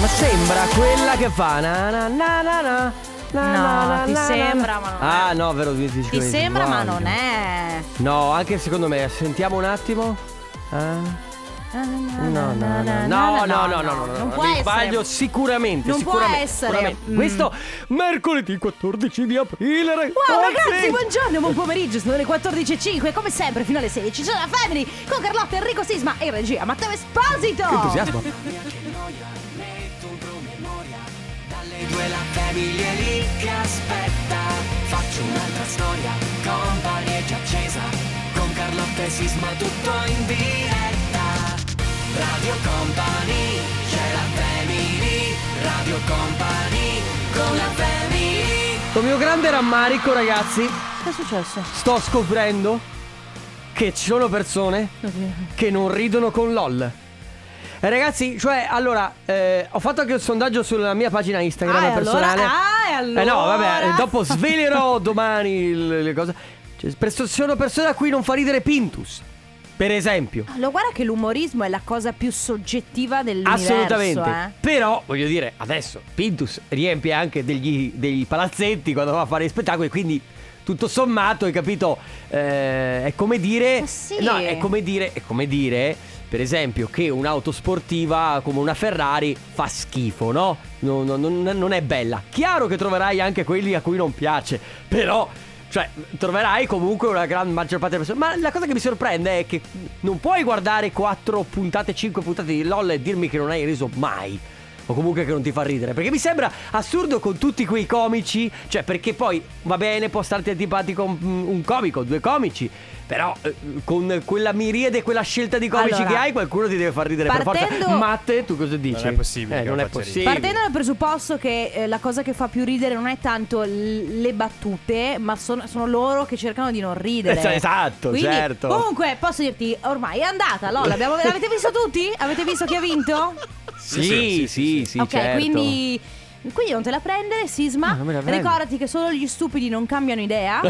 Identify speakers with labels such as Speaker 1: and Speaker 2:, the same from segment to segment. Speaker 1: Ma sembra quella che fa na na na na na. na
Speaker 2: No,
Speaker 1: na na
Speaker 2: ti
Speaker 1: na na.
Speaker 2: sembra, ma non è.
Speaker 1: Ah, no, vero, mi dici
Speaker 2: Ti
Speaker 1: così,
Speaker 2: sembra ma
Speaker 1: sbaglio.
Speaker 2: non è.
Speaker 1: No, anche secondo me, sentiamo un attimo. Ah. No, no, no, no, no, no, no, no, no,
Speaker 2: Non può
Speaker 1: mi
Speaker 2: essere.
Speaker 1: sbaglio sicuramente.
Speaker 2: Non può
Speaker 1: sicuramente,
Speaker 2: essere.
Speaker 1: sicuramente.
Speaker 2: Mm.
Speaker 1: Questo mercoledì 14 di aprile.
Speaker 2: Wow
Speaker 1: ragazzi.
Speaker 2: ragazzi, buongiorno, buon pomeriggio, sono le 14.05, come sempre fino alle 16 c'è la Family con Carlotta, Enrico Sisma e in regia Matteo Esposito!
Speaker 1: Che entusiasmo. Con mio grande rammarico, ragazzi,
Speaker 2: Che è successo?
Speaker 1: sto scoprendo che ci sono persone che non ridono con LOL. Eh, Ragazzi, cioè, allora, eh, ho fatto anche un sondaggio sulla mia pagina Instagram
Speaker 2: Ah, e
Speaker 1: personale.
Speaker 2: allora- ah,
Speaker 1: Eh
Speaker 2: e
Speaker 1: no,
Speaker 2: allora?
Speaker 1: vabbè, eh, dopo svelerò domani le, le cose. Cioè, perso- sono persone a cui non fa ridere Pintus, per esempio.
Speaker 2: Allora guarda che l'umorismo è la cosa più soggettiva dell'universo
Speaker 1: Assolutamente.
Speaker 2: Ah, eh.
Speaker 1: Però, voglio dire, adesso Pintus riempie anche degli, dei palazzetti quando va a fare gli spettacoli, quindi tutto sommato, hai capito? Eh, è come dire...
Speaker 2: Ma sì.
Speaker 1: No, è come dire, è come dire, per esempio, che un'auto sportiva come una Ferrari fa schifo, no? Non, non- non- non è bella. Chiaro che troverai anche quelli a cui non piace, però... Cioè, troverai comunque una gran maggior parte delle persone. Ma la cosa che mi sorprende è che non puoi guardare 4 puntate, 5 puntate di LOL e dirmi che non hai riso mai. O comunque che non ti fa ridere. Perché mi sembra assurdo con tutti quei comici. Cioè, perché poi va bene, può starti antipatico un, un comico, due comici. Però eh, con quella miriade, quella scelta di comici
Speaker 2: Allora,
Speaker 1: che hai, qualcuno ti deve far ridere per forza.
Speaker 2: partendo-
Speaker 1: Matte, tu cosa dici?
Speaker 3: Non è possibile
Speaker 1: Eh,
Speaker 3: che
Speaker 1: non
Speaker 3: lo
Speaker 1: è
Speaker 3: faccia
Speaker 1: possibile.
Speaker 2: Partendo dal presupposto che eh, la cosa che fa più ridere non è tanto l- le battute, ma sono, sono loro che cercano di non ridere.
Speaker 1: Es- esatto,
Speaker 2: Quindi,
Speaker 1: certo.
Speaker 2: Comunque, posso dirti, ormai è andata, LOL. Abbiamo, l'avete visto tutti? Avete visto chi ha vinto?
Speaker 1: Sì, sì,
Speaker 3: Sì,
Speaker 1: sì,
Speaker 3: sì,
Speaker 2: ok,
Speaker 1: certo.
Speaker 2: quindi. Quindi non te la prendere, Sisma.
Speaker 1: No, non me la prendo.
Speaker 2: Ricordati che solo gli stupidi non cambiano idea.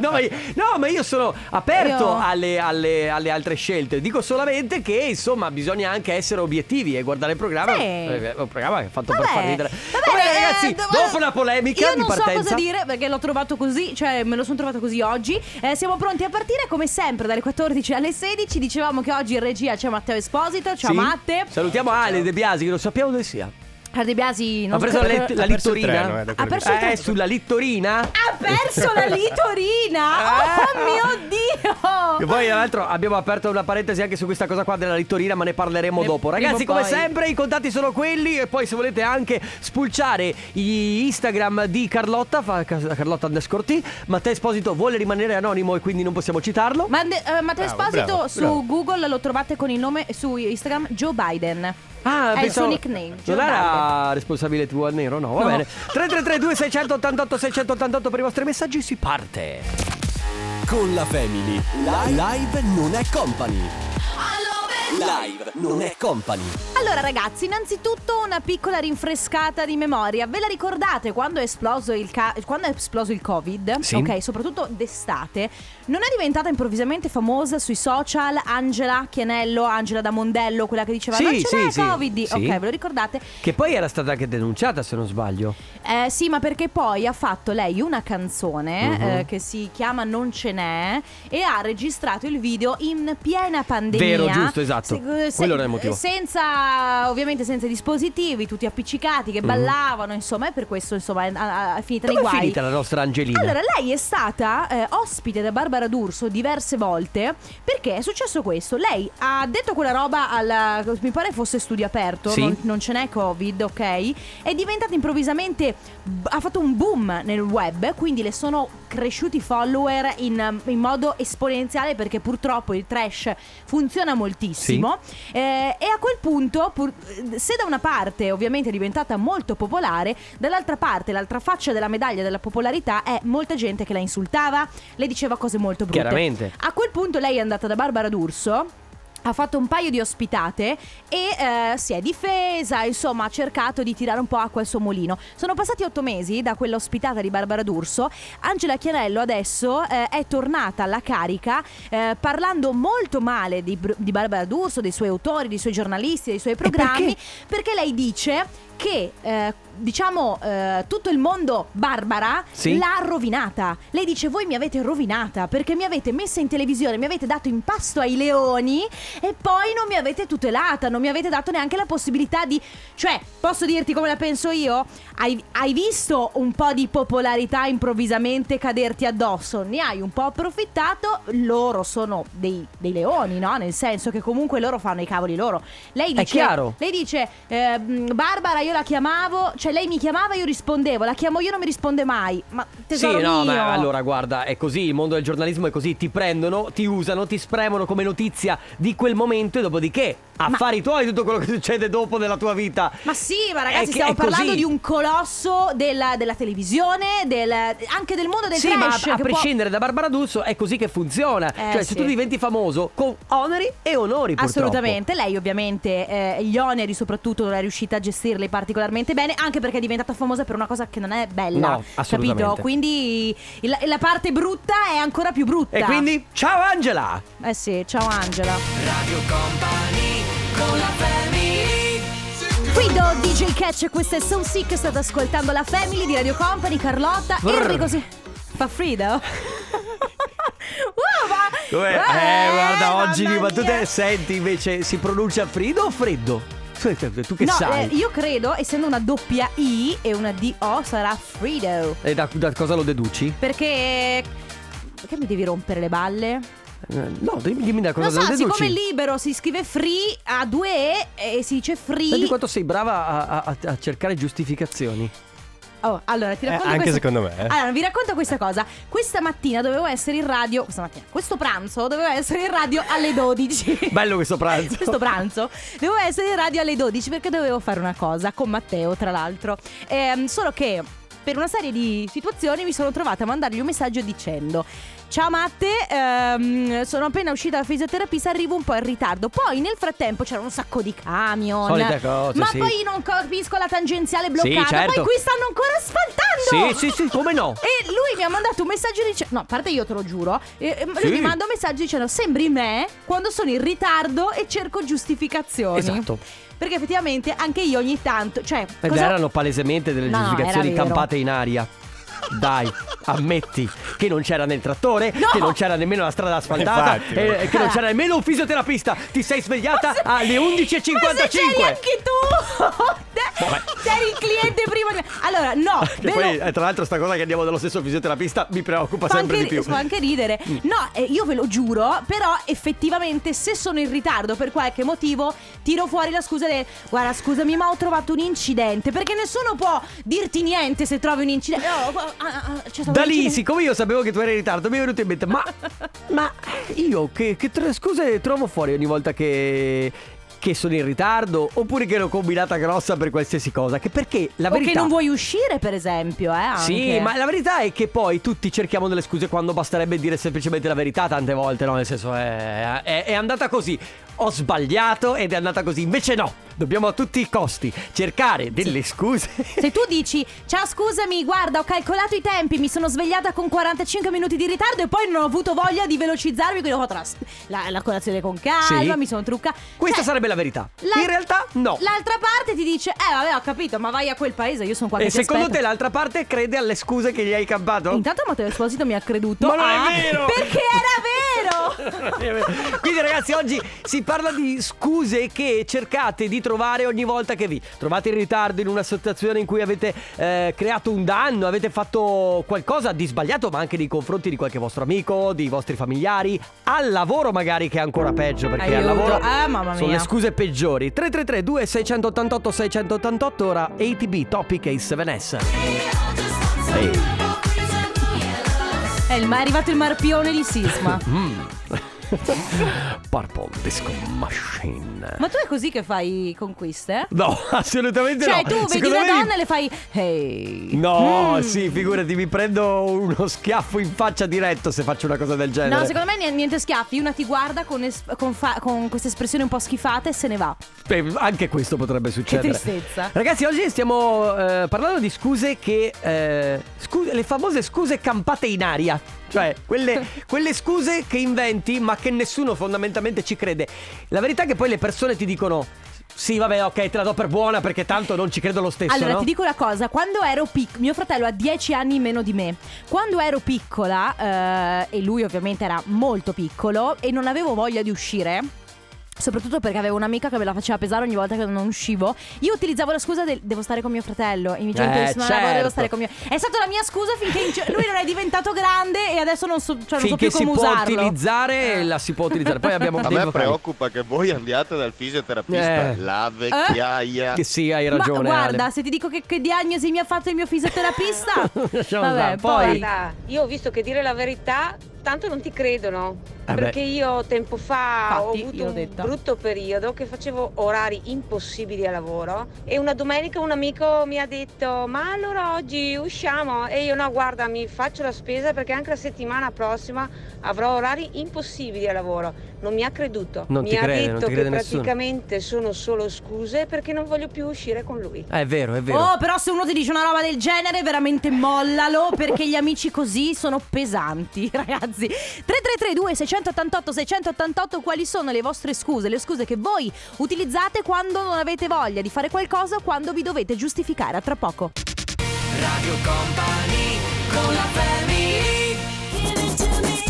Speaker 1: no, ma io, no, ma io sono aperto
Speaker 2: Io-
Speaker 1: alle, alle- alle altre scelte. Dico solamente che, insomma, bisogna anche essere obiettivi e guardare il programma.
Speaker 2: Sì.
Speaker 1: Eh, un programma che è fatto
Speaker 2: Vabbè,
Speaker 1: per far ridere.
Speaker 2: va
Speaker 1: Va bene,
Speaker 2: bene,
Speaker 1: ragazzi,
Speaker 2: eh, d-
Speaker 1: dopo la polemica
Speaker 2: io
Speaker 1: di
Speaker 2: non
Speaker 1: partenza.
Speaker 2: so cosa dire perché l'ho trovato così, cioè me lo sono trovato così oggi. Eh, siamo pronti a partire come sempre dalle 14 alle 16. Dicevamo che oggi in regia c'è Matteo Esposito, ciao
Speaker 1: Sì.
Speaker 2: Matte.
Speaker 1: Salutiamo Ale De Biasi, che non sappiamo dove sia.
Speaker 2: Cardi Biasi non
Speaker 1: Ha preso
Speaker 2: so-
Speaker 1: la, la
Speaker 3: perso il
Speaker 1: littorina.
Speaker 3: treno, eh, da
Speaker 2: Ha quello che perso il so.
Speaker 1: Eh,
Speaker 2: treno.
Speaker 1: sulla littorina.
Speaker 2: ha perso la litorina! Oh mio
Speaker 1: E
Speaker 2: Dio!
Speaker 1: poi, tra l'altro, abbiamo aperto una parentesi anche su questa cosa qua della littorina, ma ne parleremo
Speaker 2: Ne-
Speaker 1: dopo.
Speaker 2: Eh, prima
Speaker 1: Ragazzi,
Speaker 2: o
Speaker 1: come
Speaker 2: poi.
Speaker 1: sempre, i contatti sono quelli. E poi, se volete anche spulciare gli Instagram di Carlotta, fa ca- Carlotta underscore T. Matteo Esposito vuole rimanere anonimo e quindi non possiamo citarlo.
Speaker 2: Ma, eh, Matteo
Speaker 3: Bravo,
Speaker 2: Esposito
Speaker 3: bravo,
Speaker 2: su
Speaker 3: bravo.
Speaker 2: Google lo trovate con il nome su Instagram Joe Biden.
Speaker 1: Ah,
Speaker 2: È il
Speaker 1: pensavo-
Speaker 2: suo nickname, Joe
Speaker 1: Non era
Speaker 2: Biden.
Speaker 1: responsabile tu al nero, no, va
Speaker 2: No.
Speaker 1: bene. 3332 688 688 per i vostri messaggi si parte.
Speaker 4: Con la family. Live non è company. Live non è company.
Speaker 2: Allora ragazzi, innanzitutto una piccola rinfrescata di memoria. Ve la ricordate quando è esploso il, ca- quando è esploso il Covid?
Speaker 1: Sì.
Speaker 2: Ok, soprattutto d'estate. Non è diventata improvvisamente famosa sui social Angela Chianello, Angela da Mondello, quella che diceva
Speaker 1: Sì,
Speaker 2: non ce n'è
Speaker 1: sì, sì.
Speaker 2: Covid.
Speaker 1: Sì.
Speaker 2: Ok, ve lo ricordate?
Speaker 1: Che poi era stata anche denunciata, se non sbaglio.
Speaker 2: Eh, sì, ma perché poi ha fatto lei una canzone
Speaker 1: Mhm.
Speaker 2: eh, che si chiama Non ce n'è e ha registrato il video in piena pandemia. eh,
Speaker 1: Vero, giusto, esatto. Quello era il motivo.
Speaker 2: Senza, ovviamente senza dispositivi, tutti appiccicati che ballavano, insomma, e per questo insomma è, ha- ha- è finita nei
Speaker 1: Mhm. Come è
Speaker 2: guai.
Speaker 1: finita la nostra Angelina?
Speaker 2: Allora, lei è stata eh, ospite da Barbara D'Urso diverse volte perché è successo questo. Lei ha detto quella roba alla. mi pare fosse studio aperto,
Speaker 1: Sì.
Speaker 2: non, non ce n'è Covid, ok? È diventata improvvisamente. ha fatto un boom nel web, quindi le sono cresciuti i follower in, um, in modo esponenziale perché purtroppo il trash funziona moltissimo. Eh, e a quel punto, pur- eh, se da una parte ovviamente è diventata molto popolare, dall'altra parte, l'altra faccia della medaglia della popolarità è molta gente che la insultava, le diceva cose molto brutte.
Speaker 1: Chiaramente.
Speaker 2: A quel punto lei è andata da Barbara D'Urso. ha fatto un paio di ospitate e eh, si è difesa, insomma ha cercato di tirare un po' acqua al suo mulino. Sono passati otto mesi da quell'ospitata di Barbara D'Urso, Angela Chiarello adesso eh, è tornata alla carica eh, parlando molto male di, Br- di Barbara D'Urso, dei suoi autori, dei suoi giornalisti, dei suoi programmi, perché lei dice che eh, diciamo eh, tutto il mondo Barbara
Speaker 1: Sì.
Speaker 2: l'ha rovinata. Lei dice voi mi avete rovinata perché mi avete messa in televisione, mi avete dato in pasto ai leoni e poi non mi avete tutelata, non mi avete dato neanche la possibilità di... Cioè, posso dirti come la penso io? Hai, hai visto un po' di popolarità improvvisamente caderti addosso, ne hai un po' approfittato, loro sono dei, dei leoni, no? Nel senso che comunque loro fanno i cavoli loro. Lei
Speaker 1: È
Speaker 2: dice...
Speaker 1: chiaro.
Speaker 2: Lei dice, eh, mh, Barbara io la chiamavo, cioè lei mi chiamava io rispondevo, la chiamo io non mi risponde mai. Ma
Speaker 1: Sì,
Speaker 2: tesoro
Speaker 1: no,
Speaker 2: mio.
Speaker 1: ma allora guarda, è così, il mondo del giornalismo è così, ti prendono, ti usano, ti spremono come notizia di quel momento e dopodiché affari tuoi tutto quello che succede dopo nella tua vita.
Speaker 2: Ma sì, ma
Speaker 1: È
Speaker 2: ragazzi
Speaker 1: che-
Speaker 2: stiamo
Speaker 1: è
Speaker 2: parlando
Speaker 1: così.
Speaker 2: di un colosso della, della televisione, del- anche del mondo del
Speaker 1: sì,
Speaker 2: trash.
Speaker 1: ma a- a,
Speaker 2: che può-
Speaker 1: prescindere da Barbara D'Urso è così che funziona.
Speaker 2: Eh,
Speaker 1: cioè,
Speaker 2: sì.
Speaker 1: se tu diventi famoso con oneri e onori, purtroppo.
Speaker 2: Assolutamente, lei ovviamente eh, gli oneri soprattutto non è riuscita a gestirli particolarmente bene, anche perché è diventata famosa per una cosa che non è bella,
Speaker 1: No, assolutamente.
Speaker 2: capito? Quindi il- la parte brutta è ancora più brutta.
Speaker 1: E quindi, ciao Angela!
Speaker 2: Eh sì, ciao Angela. Guido DJ Catch, questa è So Sick, state ascoltando la Family di Radio Company, Carlotta,
Speaker 1: Brr.
Speaker 2: Enrico Si- Fa Frida? oh, ma...
Speaker 1: Dov'è? Eh, guarda, oggi di
Speaker 2: mamma
Speaker 1: battute
Speaker 2: mia.
Speaker 1: senti invece si pronuncia Frido o Freddo? Tu che
Speaker 2: no,
Speaker 1: sai?
Speaker 2: eh, io credo, essendo una doppia I e una DO, sarà Frido.
Speaker 1: E da, da cosa lo deduci?
Speaker 2: Perché... Perché mi devi rompere le balle?
Speaker 1: Eh, No, dimmi, dimmi da cosa
Speaker 2: non so,
Speaker 1: lo deduci.
Speaker 2: siccome libero si scrive free a due E e si dice free...
Speaker 1: Senti quanto sei brava a, a- a cercare giustificazioni.
Speaker 2: Oh, allora ti
Speaker 3: Eh,
Speaker 2: racconto
Speaker 3: anche
Speaker 2: questa-
Speaker 3: secondo me, eh.
Speaker 2: Allora, vi racconto questa cosa. Questa mattina dovevo essere in radio. Questa mattina, questo pranzo dovevo essere in radio alle 12.
Speaker 1: Bello questo pranzo.
Speaker 2: Questo pranzo dovevo essere in radio alle 12 perché dovevo fare una cosa con Matteo, tra l'altro. Ehm, solo che per una serie di situazioni mi sono trovata a mandargli un messaggio dicendo: Ciao Matte, ehm, sono appena uscita dal fisioterapista, arrivo un po' in ritardo. Poi nel frattempo c'era un sacco di camion.
Speaker 1: Solite cose,
Speaker 2: ma
Speaker 1: sì.
Speaker 2: poi non capisco la tangenziale bloccata.
Speaker 1: certo.
Speaker 2: Poi qui stanno ancora asfaltando.
Speaker 1: Sì, sì, sì, come no?
Speaker 2: E lui mi ha mandato un messaggio dicendo: No, a parte io te lo giuro. eh, eh, Lui
Speaker 1: Sì.
Speaker 2: mi manda un messaggio dicendo: Sembri me quando sono in ritardo e cerco giustificazioni.
Speaker 1: Esatto.
Speaker 2: Perché effettivamente anche io ogni tanto. Cioè,
Speaker 1: Ed
Speaker 2: cosa-
Speaker 1: Eh, erano palesemente delle
Speaker 2: No, no,
Speaker 1: giustificazioni
Speaker 2: era vero.
Speaker 1: campate in aria. Dai, ammetti che non c'era nel trattore,
Speaker 2: No!
Speaker 1: che non c'era nemmeno la strada asfaltata,
Speaker 3: Infatti.
Speaker 1: e- e che non c'era nemmeno un fisioterapista. Ti sei svegliata alle
Speaker 2: Ma se c'eri
Speaker 1: 11.55.
Speaker 2: anche tu! C'eri il cliente prima di me. Allora, no,
Speaker 1: Che
Speaker 2: ve
Speaker 1: poi,
Speaker 2: lo-
Speaker 1: eh, tra l'altro, sta cosa che andiamo dallo stesso fisioterapista mi preoccupa
Speaker 2: Fa
Speaker 1: sempre
Speaker 2: anche,
Speaker 1: di più. Mm.
Speaker 2: fa anche ridere. No, eh, io ve lo giuro, però effettivamente se sono in ritardo per qualche motivo, tiro fuori la scusa del guarda, scusami, ma ho trovato un incidente. Perché nessuno può dirti niente se trovi un incidente. No, ah, ah, ah, c'è stato
Speaker 1: Da
Speaker 2: un
Speaker 1: lì,
Speaker 2: incidente.
Speaker 1: siccome io sapevo che tu eri in ritardo, mi è venuto in mente, ma, ma io che, che tre scuse trovo fuori ogni volta che, che sono in ritardo oppure che l'ho combinata grossa per qualsiasi cosa? Che perché la
Speaker 2: O
Speaker 1: verità...
Speaker 2: che non vuoi uscire, per esempio, eh?
Speaker 1: Sì,
Speaker 2: anche.
Speaker 1: ma la verità è che poi tutti cerchiamo delle scuse quando basterebbe dire semplicemente la verità tante volte, no? Nel senso, è, è- è andata così. Ho sbagliato ed è andata così. Invece no, dobbiamo a tutti i costi cercare delle scuse.
Speaker 2: Se tu dici, ciao scusami, guarda, ho calcolato i tempi, mi sono svegliata con 45 minuti di ritardo e poi non ho avuto voglia di velocizzarmi, quindi ho fatto la, la- la colazione con calma,
Speaker 1: Sì.
Speaker 2: mi sono truccata.
Speaker 1: Questa
Speaker 2: Cioè,
Speaker 1: sarebbe la verità.
Speaker 2: La-
Speaker 1: In realtà no.
Speaker 2: L'altra parte ti dice, eh vabbè ho capito, ma vai a quel paese, io sono qua
Speaker 1: E
Speaker 2: che ti
Speaker 1: secondo
Speaker 2: aspetto."
Speaker 1: te l'altra parte crede alle scuse che gli hai campato?
Speaker 2: Intanto Matteo Esposito mi ha creduto
Speaker 1: Ma non è
Speaker 2: ah,
Speaker 1: vero!
Speaker 2: Perché era vero
Speaker 1: Quindi ragazzi oggi si parla di scuse che cercate di trovare ogni volta che vi trovate in ritardo in una situazione in cui avete eh, creato un danno, avete fatto qualcosa di sbagliato ma anche nei confronti di qualche vostro amico, dei vostri familiari, al lavoro magari che è ancora peggio perché al
Speaker 2: Aiuto.
Speaker 1: lavoro
Speaker 2: Ah, mamma
Speaker 1: sono
Speaker 2: mia.
Speaker 1: le scuse peggiori. 333 2688 688 ora ATB Topic Ace Vanessa.
Speaker 2: Eh, ma è arrivato il marpione di Sisma
Speaker 1: Mm. Purple Disco Machine.
Speaker 2: Ma tu è così che fai conquiste?
Speaker 1: No, assolutamente
Speaker 2: Cioè,
Speaker 1: no.
Speaker 2: tu vedi
Speaker 1: Secondo
Speaker 2: le
Speaker 1: me-
Speaker 2: donne e le fai. Ehi.
Speaker 1: No,
Speaker 2: Mm.
Speaker 1: sì, figurati, mi prendo uno schiaffo in faccia diretto se faccio una cosa del genere.
Speaker 2: No, secondo me ni- niente schiaffi. Una ti guarda con, es- con fa- con questa espressione un po' schifata e se ne va.
Speaker 1: Beh, anche questo potrebbe succedere.
Speaker 2: tristezza.
Speaker 1: Ragazzi, oggi stiamo eh, parlando di scuse che. eh, scu- le famose scuse campate in aria. Cioè, quelle, quelle scuse che inventi, ma che nessuno fondamentalmente ci crede. La verità è che poi le persone ti dicono. Sì, vabbè, ok, te la do per buona perché tanto non ci credo lo stesso.
Speaker 2: Allora,
Speaker 1: no?
Speaker 2: ti dico una cosa, quando ero piccola, mio fratello ha 10 anni meno di me, quando ero piccola, eh, e lui ovviamente era molto piccolo, e non avevo voglia di uscire, soprattutto perché avevo un'amica che me la faceva pesare ogni volta che non uscivo, io utilizzavo la scusa del devo stare con mio fratello, i miei genitori
Speaker 1: Eh,
Speaker 2: sono al lavoro,
Speaker 1: certo.
Speaker 2: devo stare con mio... È stata la mia scusa finché in- lui non è diventato grande e adesso non so, cioè, non so
Speaker 1: Finché
Speaker 2: più
Speaker 1: si
Speaker 2: come
Speaker 1: può
Speaker 2: usarlo. Eh.
Speaker 1: utilizzare, la si può utilizzare. Poi abbiamo
Speaker 3: A
Speaker 1: dei
Speaker 3: me
Speaker 1: vocali.
Speaker 3: preoccupa che voi andiate dal fisioterapista,
Speaker 1: Eh.
Speaker 3: la vecchiaia.
Speaker 1: Che sì, hai ragione.
Speaker 2: Ma guarda,
Speaker 1: Ale.
Speaker 2: se ti dico che, che diagnosi mi ha fatto il mio fisioterapista,
Speaker 1: Lasciamo stare.
Speaker 2: vabbè,
Speaker 1: Poi-
Speaker 5: Guarda, io ho visto che dire la verità tanto non ti credono.
Speaker 1: Eh beh.
Speaker 5: perché io tempo fa ho
Speaker 2: Infatti, io
Speaker 5: avuto
Speaker 2: l'ho
Speaker 5: un
Speaker 2: detta.
Speaker 5: brutto periodo che facevo orari impossibili a lavoro e una domenica un amico mi ha detto ma allora oggi usciamo e io no guarda mi faccio la spesa perché anche la settimana prossima avrò orari impossibili a lavoro. Non mi ha creduto.
Speaker 1: Non
Speaker 5: mi
Speaker 1: ti
Speaker 5: ha
Speaker 1: crede, non
Speaker 5: detto
Speaker 1: ti crede
Speaker 5: che
Speaker 1: nessuno.
Speaker 5: praticamente sono solo scuse perché non voglio più uscire con lui.
Speaker 1: Eh, È vero, è vero.
Speaker 2: Oh, però se uno ti dice una roba del genere, veramente mollalo perché gli amici così sono pesanti, ragazzi. 3332 688 688 quali sono le vostre scuse? Le scuse che voi utilizzate quando non avete voglia di fare qualcosa o quando vi dovete giustificare. A tra poco.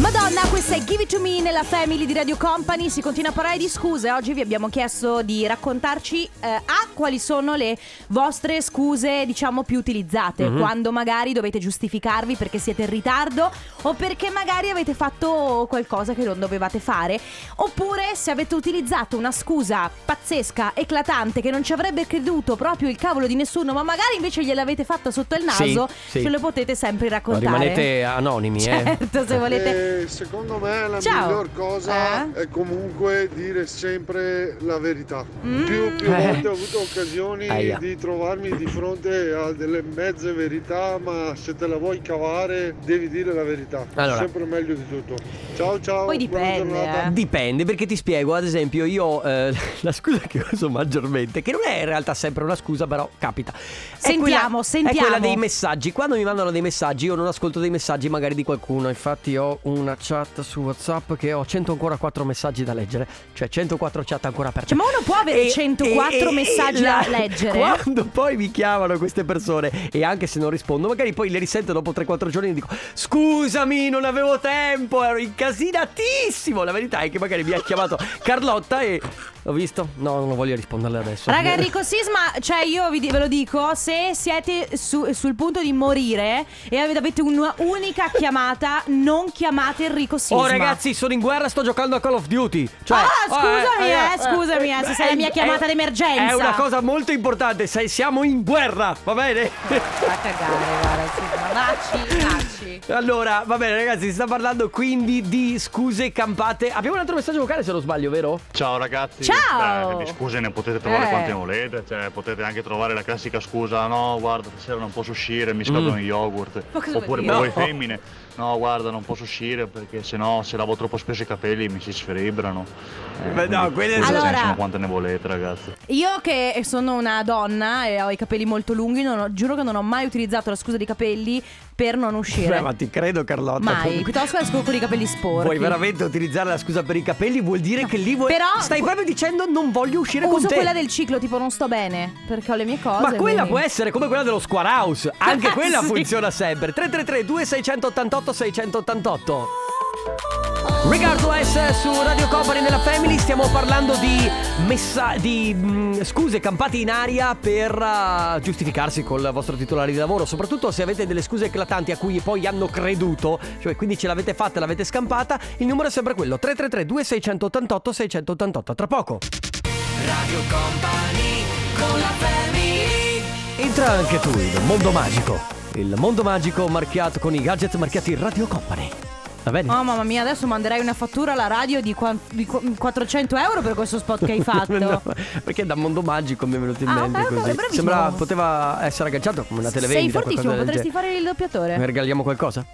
Speaker 2: Madonna, questa è Give It To Me nella Family di Radio Company. Si continua a parlare di scuse. Oggi vi abbiamo chiesto di raccontarci eh, A, quali sono le vostre scuse, diciamo, più utilizzate
Speaker 1: Mhm.
Speaker 2: quando magari dovete giustificarvi perché siete in ritardo o perché magari avete fatto qualcosa che non dovevate fare. Oppure se avete utilizzato una scusa pazzesca, eclatante, che non ci avrebbe creduto proprio il cavolo di nessuno, ma magari invece gliel'avete fatta sotto il
Speaker 1: Sì,
Speaker 2: naso,
Speaker 1: sì.
Speaker 2: ce lo potete sempre
Speaker 1: No,
Speaker 2: raccontare.
Speaker 1: rimanete anonimi, eh.
Speaker 2: Certo, se volete.
Speaker 6: Eh, secondo me la
Speaker 2: Ciao.
Speaker 6: miglior cosa
Speaker 2: Eh?
Speaker 6: è comunque dire sempre la verità.
Speaker 2: Mm.
Speaker 6: Più, più
Speaker 1: Eh.
Speaker 6: volte ho avuto occasioni
Speaker 1: Aia.
Speaker 6: di trovarmi di fronte a delle mezze verità, ma se te la vuoi cavare devi dire la verità.
Speaker 1: Allora.
Speaker 6: Sempre meglio di tutto. Ciao ciao.
Speaker 2: Poi
Speaker 6: buona
Speaker 2: dipende,
Speaker 6: giornata.
Speaker 2: eh.
Speaker 1: Dipende perché ti spiego, ad esempio io eh, la scusa che uso maggiormente, che non è in realtà sempre una scusa però capita. È
Speaker 2: Sentiamo,
Speaker 1: quella-
Speaker 2: sentiamo.
Speaker 1: È quella dei messaggi, quando mi mandano dei messaggi io non ascolto dei messaggi magari di qualcuno, infatti ho una chat su Whatsapp che ho 104 messaggi da leggere, cioè 104 chat ancora aperte.
Speaker 2: Cioè, ma uno può avere 104 messaggi
Speaker 1: la-
Speaker 2: da leggere?
Speaker 1: Quando poi mi chiamano queste persone e anche se non rispondo, magari poi le risento dopo 3-4 giorni e dico "Scusami, non avevo tempo, ero incasinatissimo". La verità è che magari mi ha chiamato Carlotta e ho visto "No, non voglio risponderle adesso". Eh,
Speaker 2: Raga Enrico Sisma, cioè io vi di- ve lo dico, se siete su- sul punto di morire e ave- avete un'unica chiamata, non chiamate Enrico Sisma.
Speaker 1: Oh ragazzi, sono in guerra, sto giocando a Call of Duty. Cioè,
Speaker 2: Ah,
Speaker 1: oh,
Speaker 2: scusami, eh, scusami, eh, se sei la mia chiamata
Speaker 1: è-
Speaker 2: d'emergenza.
Speaker 1: È una cosa molto importante, se siamo in guerra, va bene?
Speaker 2: Fa cagare, guarda, Sisma, baci, baci.
Speaker 1: Allora, va bene ragazzi, si sta parlando quindi di scuse campate. Abbiamo un altro messaggio vocale se non sbaglio, vero?
Speaker 7: Ciao ragazzi,
Speaker 2: Ciao.
Speaker 7: Beh, le scuse ne potete trovare
Speaker 2: Eh.
Speaker 7: quante volete, cioè, potete anche trovare la classica scusa, no guarda stasera non posso uscire, mi scadono
Speaker 1: Mm.
Speaker 7: gli yogurt,
Speaker 2: Ma cosa vuol
Speaker 7: oppure
Speaker 2: dire?
Speaker 7: per voi
Speaker 1: No.
Speaker 7: femmine, no guarda non posso uscire perché sennò se lavo troppo spesso i capelli mi si sfrebrano, eh,
Speaker 1: Beh, no,
Speaker 7: quindi
Speaker 1: quelle
Speaker 7: scuse
Speaker 2: sono-
Speaker 7: ce ne
Speaker 2: Allora-
Speaker 7: sono quante ne volete ragazzi.
Speaker 2: Io che sono una donna e ho i capelli molto lunghi, non ho- giuro che non ho mai utilizzato la scusa dei capelli per non
Speaker 1: Beh,
Speaker 2: uscire.
Speaker 1: ma ti credo Carlotta.
Speaker 2: eh. mai, piuttosto esco con i capelli sporchi.
Speaker 1: Vuoi veramente utilizzare la scusa per i capelli? Vuol dire che lì vuoi...
Speaker 2: Però-
Speaker 1: Stai proprio dicendo non voglio uscire con
Speaker 2: Uso
Speaker 1: te.
Speaker 2: quella del ciclo, tipo non sto bene perché ho le mie cose.
Speaker 1: Ma quella
Speaker 2: quindi-
Speaker 1: può essere come quella dello Square House. Anche quella
Speaker 2: Sì.
Speaker 1: funziona sempre. 333 2688 688. Riccardo S su Radio Company nella Family stiamo parlando di, messa- di mm, scuse campate in aria per ah, giustificarsi col vostro titolare di lavoro, soprattutto se avete delle scuse eclatanti a cui poi hanno creduto, cioè quindi ce l'avete fatta, l'avete scampata, il numero è sempre quello 333 2688 688 tra poco. Radio Company con la Entra anche tu in un mondo magico. Il mondo magico marchiato con i gadget marchiati Radio Company. Va bene?
Speaker 2: Oh mamma mia, adesso manderei una fattura alla radio di, qua- di qu- 400 euro per questo spot che hai fatto.
Speaker 1: No, perché da mondo magico mi è venuto in
Speaker 2: Ah,
Speaker 1: mente
Speaker 2: ok, ok,
Speaker 1: così.
Speaker 2: bravissimo.
Speaker 1: Sembrava poteva essere agganciato come una televendita.
Speaker 2: Sei fortissimo,
Speaker 1: qualcosa del
Speaker 2: potresti
Speaker 1: genere.
Speaker 2: fare il doppiatore.
Speaker 1: Ne regaliamo qualcosa?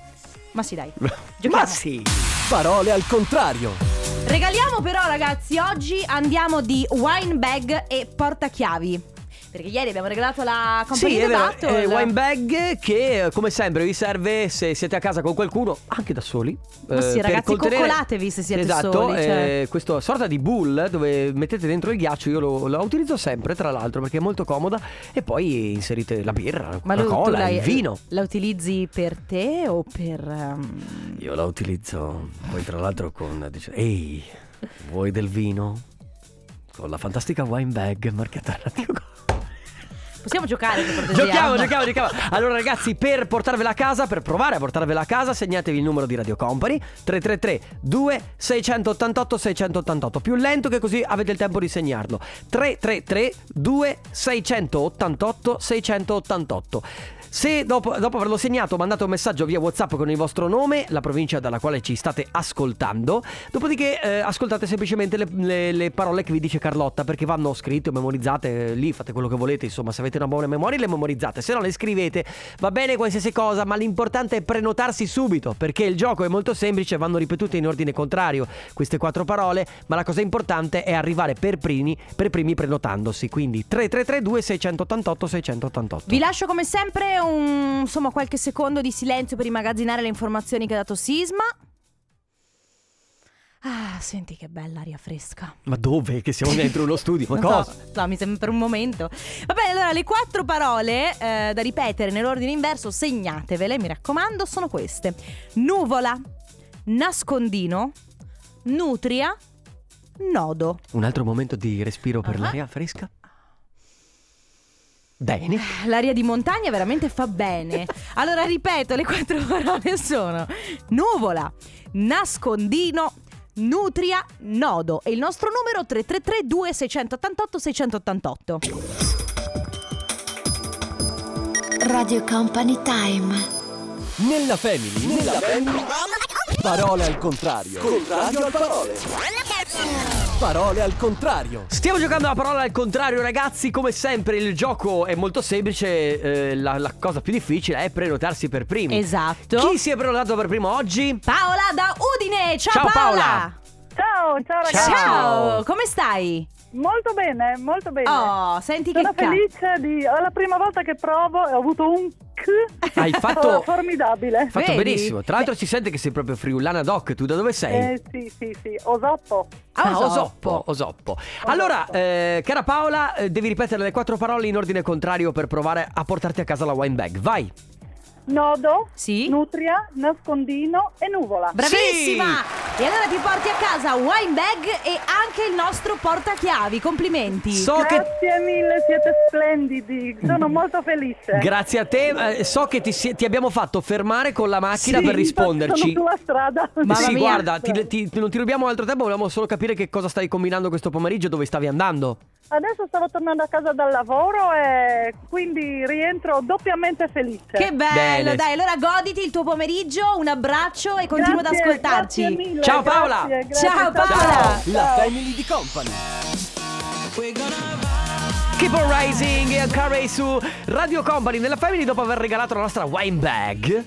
Speaker 2: Ma sì, dai.
Speaker 1: Ma
Speaker 2: Giochiamo.
Speaker 1: sì!
Speaker 4: Parole al contrario.
Speaker 2: Regaliamo però ragazzi, oggi andiamo di wine bag e portachiavi. Perché ieri abbiamo regalato la
Speaker 1: Sì,
Speaker 2: compagnia
Speaker 1: è
Speaker 2: di
Speaker 1: vero,
Speaker 2: battle.
Speaker 1: è wine bag che eh, come sempre vi serve se siete a casa con qualcuno, anche da soli. eh,
Speaker 2: Ma sì, ragazzi, coccolatevi se siete
Speaker 1: esatto,
Speaker 2: soli, cioè.
Speaker 1: eh, questa sorta di bull dove mettete dentro il ghiaccio, io lo, la utilizzo sempre tra l'altro perché è molto comoda e poi inserite la birra,
Speaker 2: Ma
Speaker 1: la
Speaker 2: lui- tu
Speaker 1: cola,
Speaker 2: la,
Speaker 1: il vino.
Speaker 2: La utilizzi per te o per... ehm,
Speaker 1: Io la utilizzo poi tra l'altro con dice, ehi, vuoi del vino? Con la fantastica wine bag marchiata Radio Go.
Speaker 2: Possiamo giocare per cortesia?
Speaker 1: Giochiamo, giochiamo, giochiamo. Allora ragazzi, per portarvela a casa, per provare a portarvela a casa, segnatevi il numero di Radio Company 333 2688 688. Più lento che così avete il tempo di segnarlo. 333 2688 688. Se dopo, dopo averlo segnato mandate un messaggio via WhatsApp con il vostro nome, la provincia dalla quale ci state ascoltando, dopodiché eh, ascoltate semplicemente le, le- le parole che vi dice Carlotta perché vanno scritte o memorizzate eh, lì, fate quello che volete, insomma se avete una buona memoria le memorizzate, se no le scrivete, va bene qualsiasi cosa, ma l'importante è prenotarsi subito perché il gioco è molto semplice, vanno ripetute in ordine contrario queste quattro parole, ma la cosa importante è arrivare per primi, per primi prenotandosi, quindi 3332 688 688.
Speaker 2: Vi lascio come sempre un, insomma, qualche secondo di silenzio per immagazzinare le informazioni che ha dato Sisma. Ah, senti che bella aria fresca.
Speaker 1: Ma dove? Che siamo dentro uno studio? Ma
Speaker 2: Non so,
Speaker 1: cosa?
Speaker 2: no, mi sembra per un momento. Vabbè, allora le quattro parole eh, da ripetere nell'ordine inverso, segnatevele, mi raccomando, sono queste. Nuvola, nascondino, nutria, nodo.
Speaker 1: Un altro momento di respiro per
Speaker 2: Ah.
Speaker 1: l'aria fresca. Bene.
Speaker 2: L'aria di montagna veramente fa bene. Allora ripeto, le quattro parole sono nuvola, nascondino, nutria, nodo e il nostro numero 333 2688 688.
Speaker 8: Radio Company Time.
Speaker 4: Nella family. Nella family. Parole al contrario. Contrario al parole. Parole al contrario.
Speaker 1: Stiamo giocando la parola al contrario, ragazzi. Come sempre, il gioco è molto semplice. eh, la, la cosa più difficile è prenotarsi per primi.
Speaker 2: Esatto.
Speaker 1: Chi si è prenotato per primo oggi?
Speaker 2: Paola da Udine. Ciao,
Speaker 1: Ciao,
Speaker 2: Paola.
Speaker 9: Ciao, ciao ragazzi.
Speaker 2: Ciao, come stai?
Speaker 9: Molto bene, molto bene.
Speaker 2: Oh, senti
Speaker 9: Sono
Speaker 2: che ca-
Speaker 9: felice di... È la prima volta che provo e ho avuto un
Speaker 2: Ecco.
Speaker 9: c...
Speaker 1: Hai fatto-
Speaker 9: Formidabile.
Speaker 1: Fatto
Speaker 2: Vedi?
Speaker 1: benissimo. Tra l'altro, si sente che sei proprio friulana doc. Tu da dove sei?
Speaker 9: Eh, sì, sì, sì. Osoppo.
Speaker 1: Ah,
Speaker 2: Ah,
Speaker 1: Osoppo, Osoppo. Allora, eh, cara Paola, eh, devi ripetere le quattro parole in ordine contrario per provare a portarti a casa la wine bag. Vai!
Speaker 9: Nodo.
Speaker 2: Sì.
Speaker 9: Nutria, nascondino e nuvola.
Speaker 2: Bravissima! E allora ti porti a casa wine bag e anche il nostro portachiavi. Complimenti.
Speaker 1: So che
Speaker 9: Grazie mille, siete splendidi. Sono molto felice.
Speaker 1: Grazie a te, eh, so che ti, si- ti abbiamo fatto fermare con la macchina
Speaker 9: Sì,
Speaker 1: per risponderci.
Speaker 9: Sono sulla strada.
Speaker 1: Ma
Speaker 2: Mamma
Speaker 1: sì,
Speaker 2: mia.
Speaker 1: guarda, ti- ti- non ti rubiamo altro tempo, volevamo solo capire che cosa stavi combinando questo pomeriggio, dove stavi andando.
Speaker 9: Adesso stavo tornando a casa dal lavoro e quindi rientro doppiamente felice.
Speaker 2: Che bello,
Speaker 1: Bene.
Speaker 2: dai, allora goditi il tuo pomeriggio, un abbraccio e continua
Speaker 9: Grazie,
Speaker 2: ad ascoltarci.
Speaker 9: grazie mille,
Speaker 1: Ciao, Paola.
Speaker 9: grazie, grazie,
Speaker 2: Ciao Paola!
Speaker 4: La family di company.
Speaker 1: Keep on rising, e Carey su Radio Company nella Family dopo aver regalato la nostra wine bag.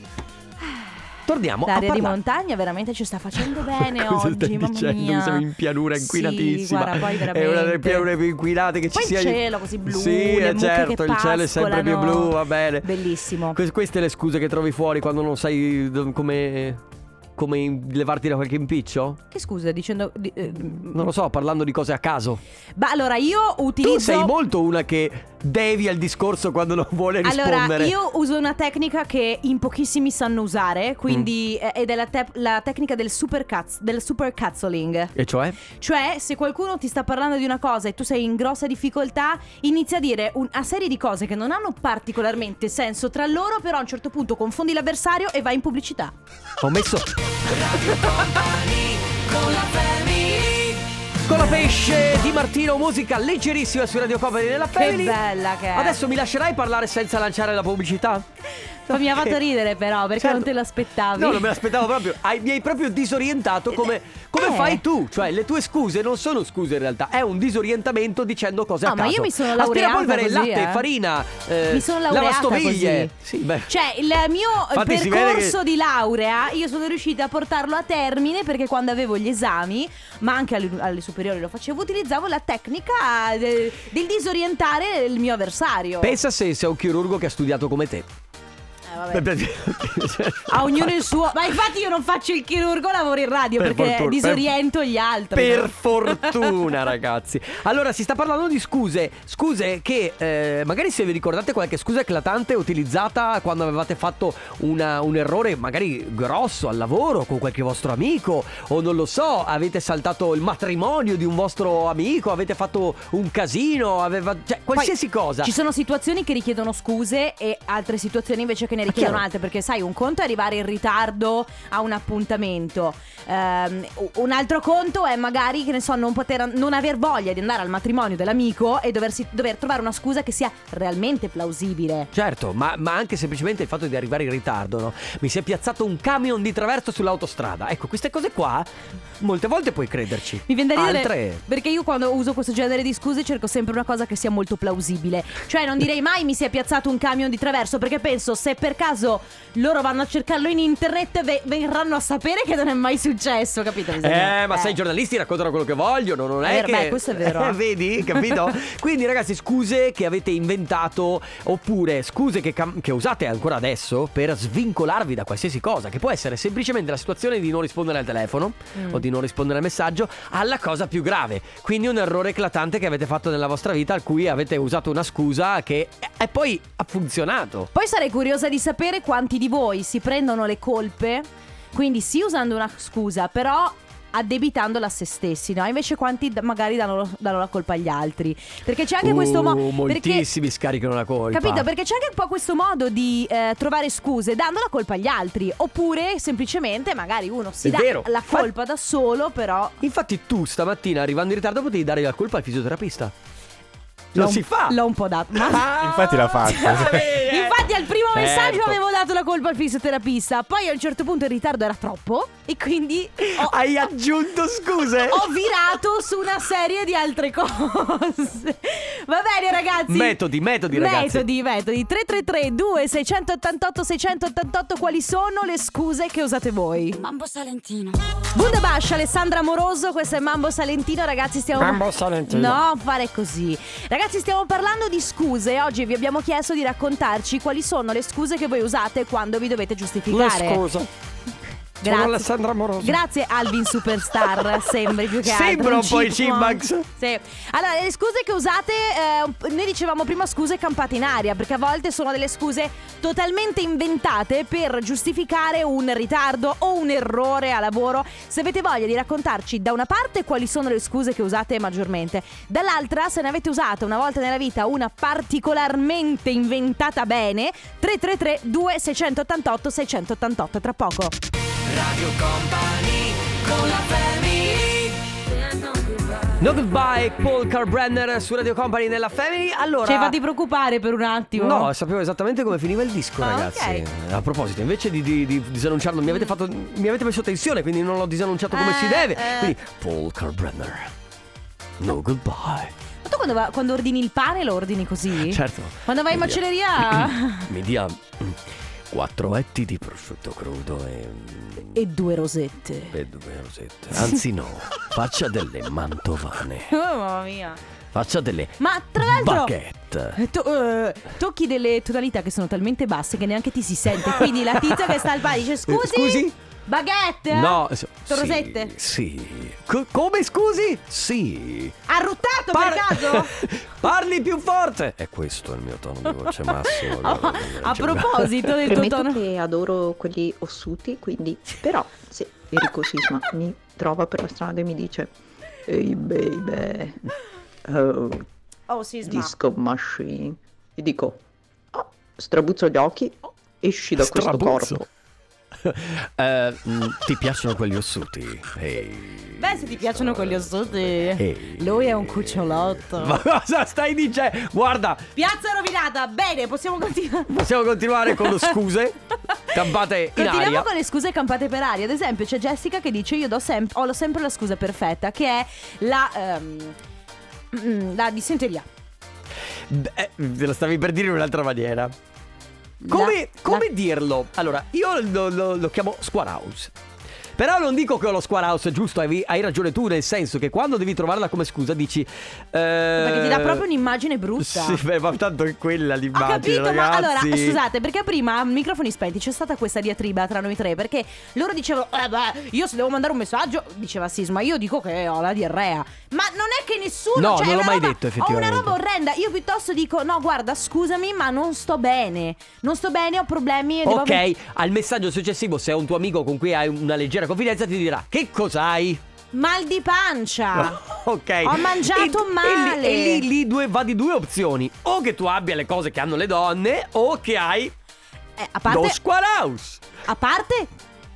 Speaker 1: Torniamo
Speaker 2: L'aria
Speaker 1: a
Speaker 2: di
Speaker 1: parlare.
Speaker 2: montagna veramente ci sta facendo bene
Speaker 1: Cosa stai
Speaker 2: oggi, mamma
Speaker 1: dicendo?
Speaker 2: mia.
Speaker 1: Siamo in pianura
Speaker 2: Sì,
Speaker 1: inquinatissima.
Speaker 2: guarda, poi
Speaker 1: È una delle
Speaker 2: veramente.
Speaker 1: pianure più inquinate che
Speaker 2: Poi
Speaker 1: ci
Speaker 2: il
Speaker 1: sia.
Speaker 2: cielo così blu,
Speaker 1: Sì,
Speaker 2: le
Speaker 1: eh,
Speaker 2: mucche
Speaker 1: certo,
Speaker 2: che
Speaker 1: il cielo è sempre più
Speaker 2: pascolano.
Speaker 1: blu, va bene.
Speaker 2: Bellissimo.
Speaker 1: Que- queste le scuse che trovi fuori quando non sai do- come, come in- levarti da qualche impiccio?
Speaker 2: Che scusa, dicendo di- eh,
Speaker 1: Non lo so, parlando di cose a caso.
Speaker 2: Beh, allora io utilizzo
Speaker 1: Tu sei molto una che devi al discorso quando non vuole rispondere.
Speaker 2: Allora, io uso una tecnica che in pochissimi sanno usare, quindi
Speaker 1: Mm.
Speaker 2: eh, ed è la, te- la tecnica del super cazz- del super cazzoling.
Speaker 1: E cioè?
Speaker 2: Cioè, se qualcuno ti sta parlando di una cosa e tu sei in grossa difficoltà, inizia a dire una serie di cose che non hanno particolarmente senso tra loro, però a un certo punto confondi l'avversario e vai in pubblicità.
Speaker 1: Ho messo. Scolapesce di Martino, musica leggerissima su Radio Comedy nella Family.
Speaker 2: bella che è.
Speaker 1: Adesso mi lascerai parlare senza lanciare la pubblicità?
Speaker 2: Ma mi ha fatto ridere però perché
Speaker 1: Certo.
Speaker 2: non te l'aspettavi.
Speaker 1: No, non me l'aspettavo proprio. Hai- mi hai proprio disorientato come, come
Speaker 2: Eh.
Speaker 1: fai tu. Cioè, le tue scuse non sono scuse in realtà, è un disorientamento dicendo cose a
Speaker 2: No, ma
Speaker 1: caso.
Speaker 2: io mi sono
Speaker 1: Aspirapolvere,
Speaker 2: laureata così,
Speaker 1: latte,
Speaker 2: eh.
Speaker 1: farina, eh,
Speaker 2: Mi sono laureata
Speaker 1: lavastoviglie.
Speaker 2: così.
Speaker 1: Sì, beh.
Speaker 2: Cioè, il mio
Speaker 1: Infatti si vede
Speaker 2: percorso
Speaker 1: che-
Speaker 2: di laurea io sono riuscita a portarlo a termine perché quando avevo gli esami, ma anche alle, alle superiori lo facevo, utilizzavo la tecnica eh, del disorientare il mio avversario.
Speaker 1: Pensa se sei un chirurgo che ha studiato come te.
Speaker 2: Eh, vabbè. A ognuno il suo. Ma infatti io non faccio il chirurgo, lavoro in radio
Speaker 1: Per
Speaker 2: perché
Speaker 1: fortuna, per-
Speaker 2: disoriento gli altri.
Speaker 1: Per fortuna, ragazzi. Allora, si sta parlando di scuse. Scuse che eh, magari se vi ricordate qualche scusa eclatante utilizzata quando avevate fatto una- un errore, magari grosso al lavoro con qualche vostro amico, o non lo so, avete saltato il matrimonio di un vostro amico, avete fatto un casino, aveva, cioè
Speaker 2: Poi
Speaker 1: qualsiasi cosa.
Speaker 2: Ci sono situazioni che richiedono scuse e altre situazioni invece che ne richiedono
Speaker 1: chiaro.
Speaker 2: altre, perché sai, un conto è arrivare in ritardo a un appuntamento, Ehm, un altro conto è magari, che ne so, non, poter, non aver voglia di andare al matrimonio dell'amico e doversi, dover trovare una scusa che sia realmente plausibile.
Speaker 1: Certo, ma, ma anche semplicemente il fatto di arrivare in ritardo, no? Mi si è piazzato un camion di traverso sull'autostrada. Ecco, queste cose qua molte volte puoi crederci.
Speaker 2: Mi viene da ridere
Speaker 1: Altre.
Speaker 2: perché io quando uso questo genere di scuse cerco sempre una cosa che sia molto plausibile. Cioè non direi mai mi si è piazzato un camion di traverso perché penso se per caso loro vanno a cercarlo in internet ve- verranno a sapere che non è mai successo, capito? Bisogna-
Speaker 1: Eh, ma sai, i giornalisti raccontano quello che vogliono, non è
Speaker 2: È vero,
Speaker 1: che...
Speaker 2: beh, questo è vero.
Speaker 1: Eh, vedi, capito? Quindi, ragazzi, scuse che avete inventato oppure scuse che, cam- che usate ancora adesso per svincolarvi da qualsiasi cosa, che può essere semplicemente la situazione di non rispondere al telefono
Speaker 2: Mm.
Speaker 1: o di non rispondere al messaggio, alla cosa più grave. Quindi un errore eclatante che avete fatto nella vostra vita, al cui avete usato una scusa che e e poi ha funzionato.
Speaker 2: Poi sarei curiosa di sapere quanti di voi si prendono le colpe, quindi sì usando una scusa, però addebitandola a se stessi, no? Invece quanti d- magari danno, danno la colpa agli altri. Perché c'è anche questo
Speaker 1: Uh,
Speaker 2: modo...
Speaker 1: moltissimi scaricano la colpa.
Speaker 2: Capito? Perché c'è anche un po' questo modo di eh, trovare scuse dando la colpa agli altri. Oppure semplicemente magari uno si
Speaker 1: È
Speaker 2: dà
Speaker 1: vero.
Speaker 2: la
Speaker 1: Fa-
Speaker 2: colpa da solo, però.
Speaker 1: Infatti tu stamattina arrivando in ritardo potevi dare la colpa al fisioterapista.
Speaker 2: l'ho
Speaker 1: Lo
Speaker 2: un-
Speaker 1: si fa.
Speaker 2: L'ho un po' dato. Ma...
Speaker 1: Ah,
Speaker 10: Infatti l'ha fatta.
Speaker 1: sì, eh.
Speaker 2: Infatti al primo
Speaker 1: Certo.
Speaker 2: messaggio avevo dato la colpa al fisioterapista, poi a un certo punto il ritardo era troppo e quindi ho,
Speaker 1: Hai aggiunto scuse.
Speaker 2: ho virato su una serie di altre cose. Va bene ragazzi.
Speaker 1: Metodi, metodi, ragazzi.
Speaker 2: Metodi, metodi. 333 2688 688 quali sono le scuse che usate voi?
Speaker 8: Mambo Salentino.
Speaker 2: Bundabash, Alessandra Moroso, questo è Mambo Salentino, ragazzi stiamo...
Speaker 1: Mambo Salentino.
Speaker 2: No, fare così. Ragazzi stiamo parlando di scuse, oggi vi abbiamo chiesto di raccontarci quali sono le scuse che voi usate quando vi dovete giustificare. Grazie.
Speaker 1: Sono Alessandra Moroso.
Speaker 2: Grazie Alvin Superstar, sembri più che altro.
Speaker 1: Sembra un po' i
Speaker 2: chipmunk.
Speaker 1: Chipmunks.
Speaker 2: Sì. Allora, le scuse che usate, eh, noi dicevamo prima scuse campate in aria, perché a volte sono delle scuse totalmente inventate per giustificare un ritardo o un errore a lavoro. Se avete voglia di raccontarci da una parte quali sono le scuse che usate maggiormente, dall'altra se ne avete usata una volta nella vita una particolarmente inventata bene, 333 2688 688 tra poco.
Speaker 1: No goodbye, Paul Carbrenner su Radio Company nella Family. Allora.
Speaker 2: Ci hai Cioè, fatti preoccupare per un attimo.
Speaker 1: No, sapevo esattamente come finiva il disco,
Speaker 2: Ah,
Speaker 1: ragazzi.
Speaker 2: ok. Mm.
Speaker 1: A proposito, invece di, di- di disannunciarlo, mi avete, fatto, mi avete messo tensione, quindi non l'ho disannunciato come
Speaker 2: Eh,
Speaker 1: si deve.
Speaker 2: eh.
Speaker 1: Quindi, Paul Carbrenner. No goodbye.
Speaker 2: Ma tu quando, va- quando ordini il pane lo ordini così?
Speaker 1: Certo.
Speaker 2: Quando vai in
Speaker 1: Mi dia-
Speaker 2: macelleria
Speaker 1: Mi dia mm, quattro etti di prosciutto crudo e. mm,
Speaker 2: e due rosette.
Speaker 1: e due rosette. Anzi, no, faccia delle mantovane.
Speaker 2: Oh, mamma mia.
Speaker 1: Faccia delle.
Speaker 2: Ma tra l'altro
Speaker 1: Baguette.
Speaker 2: eh, to- eh, tocchi delle tonalità che sono talmente basse che neanche ti si sente. Quindi la tizia che sta al pane dice scusi?
Speaker 1: Eh, Scusi?
Speaker 2: Baguette?
Speaker 1: No,
Speaker 2: Sì,
Speaker 1: so-
Speaker 2: rosette?
Speaker 1: Sì. sì. Co- come scusi? Sì.
Speaker 2: Arruttato
Speaker 1: Par-
Speaker 2: per caso?
Speaker 1: Parli più forte. E questo è il mio tono di Eh, voce massimo.
Speaker 2: Oh, a proposito del tuo tono
Speaker 9: che adoro quelli ossuti, quindi però se Enrico Sisma mi trova per la strada e mi dice Ehi baby, oh,
Speaker 2: Oh sisma
Speaker 9: disco machine, gli dico oh, strabuzzo gli occhi, esci da questo
Speaker 1: Strabuzzo.
Speaker 9: corpo.
Speaker 1: Eh, mm, ti piacciono quegli ossuti? Ehi.
Speaker 2: Beh, se ti piacciono quegli ossuti,
Speaker 1: Ehi.
Speaker 2: lui è un cucciolotto.
Speaker 1: Ma cosa stai dicendo? Guarda,
Speaker 2: Piazza rovinata, bene, possiamo continuare.
Speaker 1: possiamo continuare con lo scuse campate in
Speaker 2: Continuiamo
Speaker 1: aria.
Speaker 2: con le scuse campate per aria. Ad esempio, c'è Jessica che dice: Io do sem- ho sempre la scusa perfetta, che è la. ehm, mm, la dissenteria.
Speaker 1: Beh, te eh, la stavi per dire in un'altra maniera. Come,
Speaker 2: La-
Speaker 1: come
Speaker 2: la-
Speaker 1: dirlo? Allora, io lo, lo- lo chiamo square house. Però non dico che ho lo square house, giusto? Hai, hai ragione tu, nel senso che quando devi trovarla come scusa dici. eh,
Speaker 2: Perché ti dà proprio un'immagine brutta.
Speaker 1: Sì, beh, ma tanto è quella
Speaker 2: Ho
Speaker 1: l'immagine.
Speaker 2: capito, ma
Speaker 1: ragazzi.
Speaker 2: allora scusate, perché prima a microfoni spenti c'è stata questa diatriba tra noi tre, perché loro dicevano, eh beh, io se devo mandare un messaggio, diceva Sisma, io dico che ho la diarrea. Ma non è che nessuno...
Speaker 1: No,
Speaker 2: cioè,
Speaker 1: non
Speaker 2: è
Speaker 1: l'ho
Speaker 2: una
Speaker 1: mai
Speaker 2: roba-
Speaker 1: detto, effettivamente.
Speaker 2: Ho una roba orrenda, io piuttosto dico, no guarda, scusami, ma non sto bene. Non sto bene, ho problemi e devo...
Speaker 1: Ok, al messaggio successivo, se è un tuo amico con cui hai una leggera confidenza, ti dirà: Che cos'hai?
Speaker 2: Mal di pancia.
Speaker 1: Ok.
Speaker 2: Ah. Ho mangiato
Speaker 1: E-
Speaker 2: male.
Speaker 1: E, lì, e lì, lì due, va di due opzioni. O che tu abbia le cose che hanno le donne, o che hai
Speaker 2: Eh, a parte...
Speaker 1: lo square house.
Speaker 2: a parte...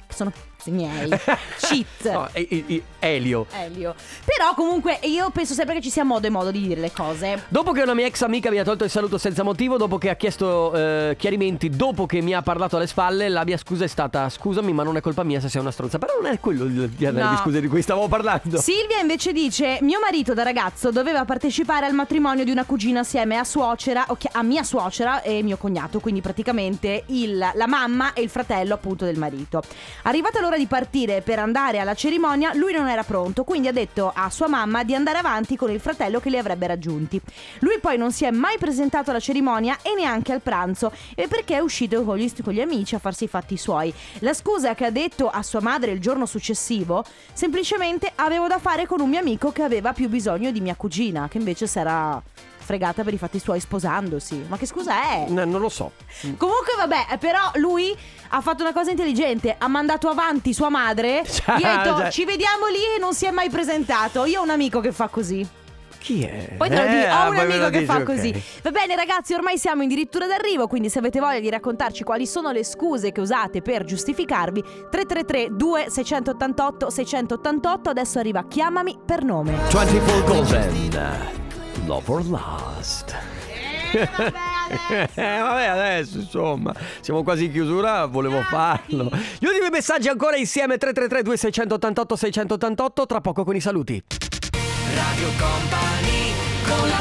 Speaker 2: Sono cazzi miei. Shit.
Speaker 1: No, e- e- e- Elio.
Speaker 2: Elio. Però comunque io penso sempre che ci sia modo e modo di dire le cose.
Speaker 1: Dopo che una mia ex amica mi ha tolto il saluto senza motivo, dopo che ha chiesto eh, chiarimenti, dopo che mi ha parlato alle spalle, la mia scusa è stata scusami ma non è colpa mia se sei una stronza. Però non è quello il genere
Speaker 2: No.
Speaker 1: di scuse di cui stavo parlando.
Speaker 2: Silvia invece dice: Mio marito da ragazzo doveva partecipare al matrimonio di una cugina assieme a suocera, o chi- a mia suocera e mio cognato, quindi praticamente il- la mamma e il fratello appunto del marito. Arrivata l'ora di partire per andare alla cerimonia, lui non era pronto, quindi ha detto a sua mamma di andare avanti con il fratello che li avrebbe raggiunti. Lui poi non si è mai presentato alla cerimonia e neanche al pranzo, e perché è uscito con gli, con gli amici a farsi i fatti suoi. La scusa che ha detto a sua madre il giorno successivo, semplicemente avevo da fare con un mio amico che aveva più bisogno di mia cugina, che invece sarà fregata per i fatti suoi sposandosi. Ma che scusa è?
Speaker 1: No, non lo so.
Speaker 2: Comunque vabbè, eh, però lui ha fatto una cosa intelligente, ha mandato avanti sua madre,
Speaker 1: Cioè,
Speaker 2: gli ha detto
Speaker 1: cioè-
Speaker 2: ci vediamo lì e non si è mai presentato. Io ho un amico che fa così.
Speaker 1: Chi è?
Speaker 2: Poi te lo dico,
Speaker 1: Eh, ah,
Speaker 2: ho un
Speaker 1: poi me lo
Speaker 2: amico
Speaker 1: dici,
Speaker 2: che fa
Speaker 1: ok.
Speaker 2: così. Va bene ragazzi, ormai siamo in dirittura d'arrivo, quindi se avete voglia di raccontarci quali sono le scuse che usate per giustificarvi, 333 2688 688, adesso arriva chiamami per nome.
Speaker 1: 24 Golden Love or Last Eh, vabbè adesso insomma siamo quasi in chiusura volevo farlo gli ultimi messaggi ancora insieme 333 2688 688 tra poco con i saluti Radio Company con la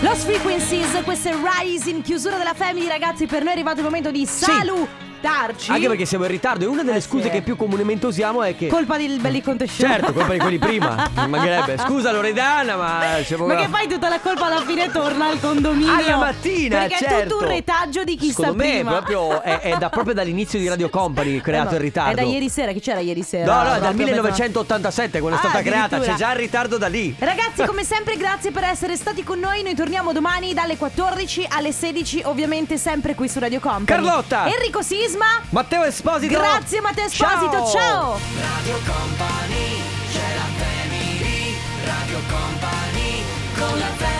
Speaker 2: Lost Frequencies, questo è Rise in chiusura della Family, ragazzi, per noi è arrivato il momento di salutarci.
Speaker 1: anche perché siamo in ritardo e una delle
Speaker 2: Eh,
Speaker 1: scuse
Speaker 2: sì.
Speaker 1: che più comunemente usiamo è che
Speaker 2: colpa del belliconte show.
Speaker 1: certo colpa di quelli prima mi mancherebbe scusa Loredana ma siamo
Speaker 2: Ma
Speaker 1: qua-
Speaker 2: che fai tutta la colpa alla fine torna al condominio
Speaker 1: Alla mattina,
Speaker 2: Perché è
Speaker 1: certo.
Speaker 2: tutto un retaggio di chi
Speaker 1: Secondo
Speaker 2: sta
Speaker 1: me
Speaker 2: prima.
Speaker 1: proprio è- è da- proprio dall'inizio di Radio Company creato
Speaker 2: Eh,
Speaker 1: il ritardo.
Speaker 2: È da ieri sera, chi c'era ieri sera?
Speaker 1: No, no, è dal
Speaker 2: Proprio a mezzanotte.
Speaker 1: 1987 quando è
Speaker 2: Ah,
Speaker 1: stata creata,
Speaker 2: addirittura.
Speaker 1: c'è già il ritardo da lì.
Speaker 2: Ragazzi, come sempre, grazie per essere stati con noi. Noi torniamo domani dalle 14 alle 16, ovviamente sempre qui su Radio Company.
Speaker 1: Carlotta!
Speaker 2: Enrico Sisma.
Speaker 1: Matteo Esposito.
Speaker 2: Grazie Matteo Esposito, ciao!
Speaker 1: Radio Company, c'è la family, Radio Company con la family.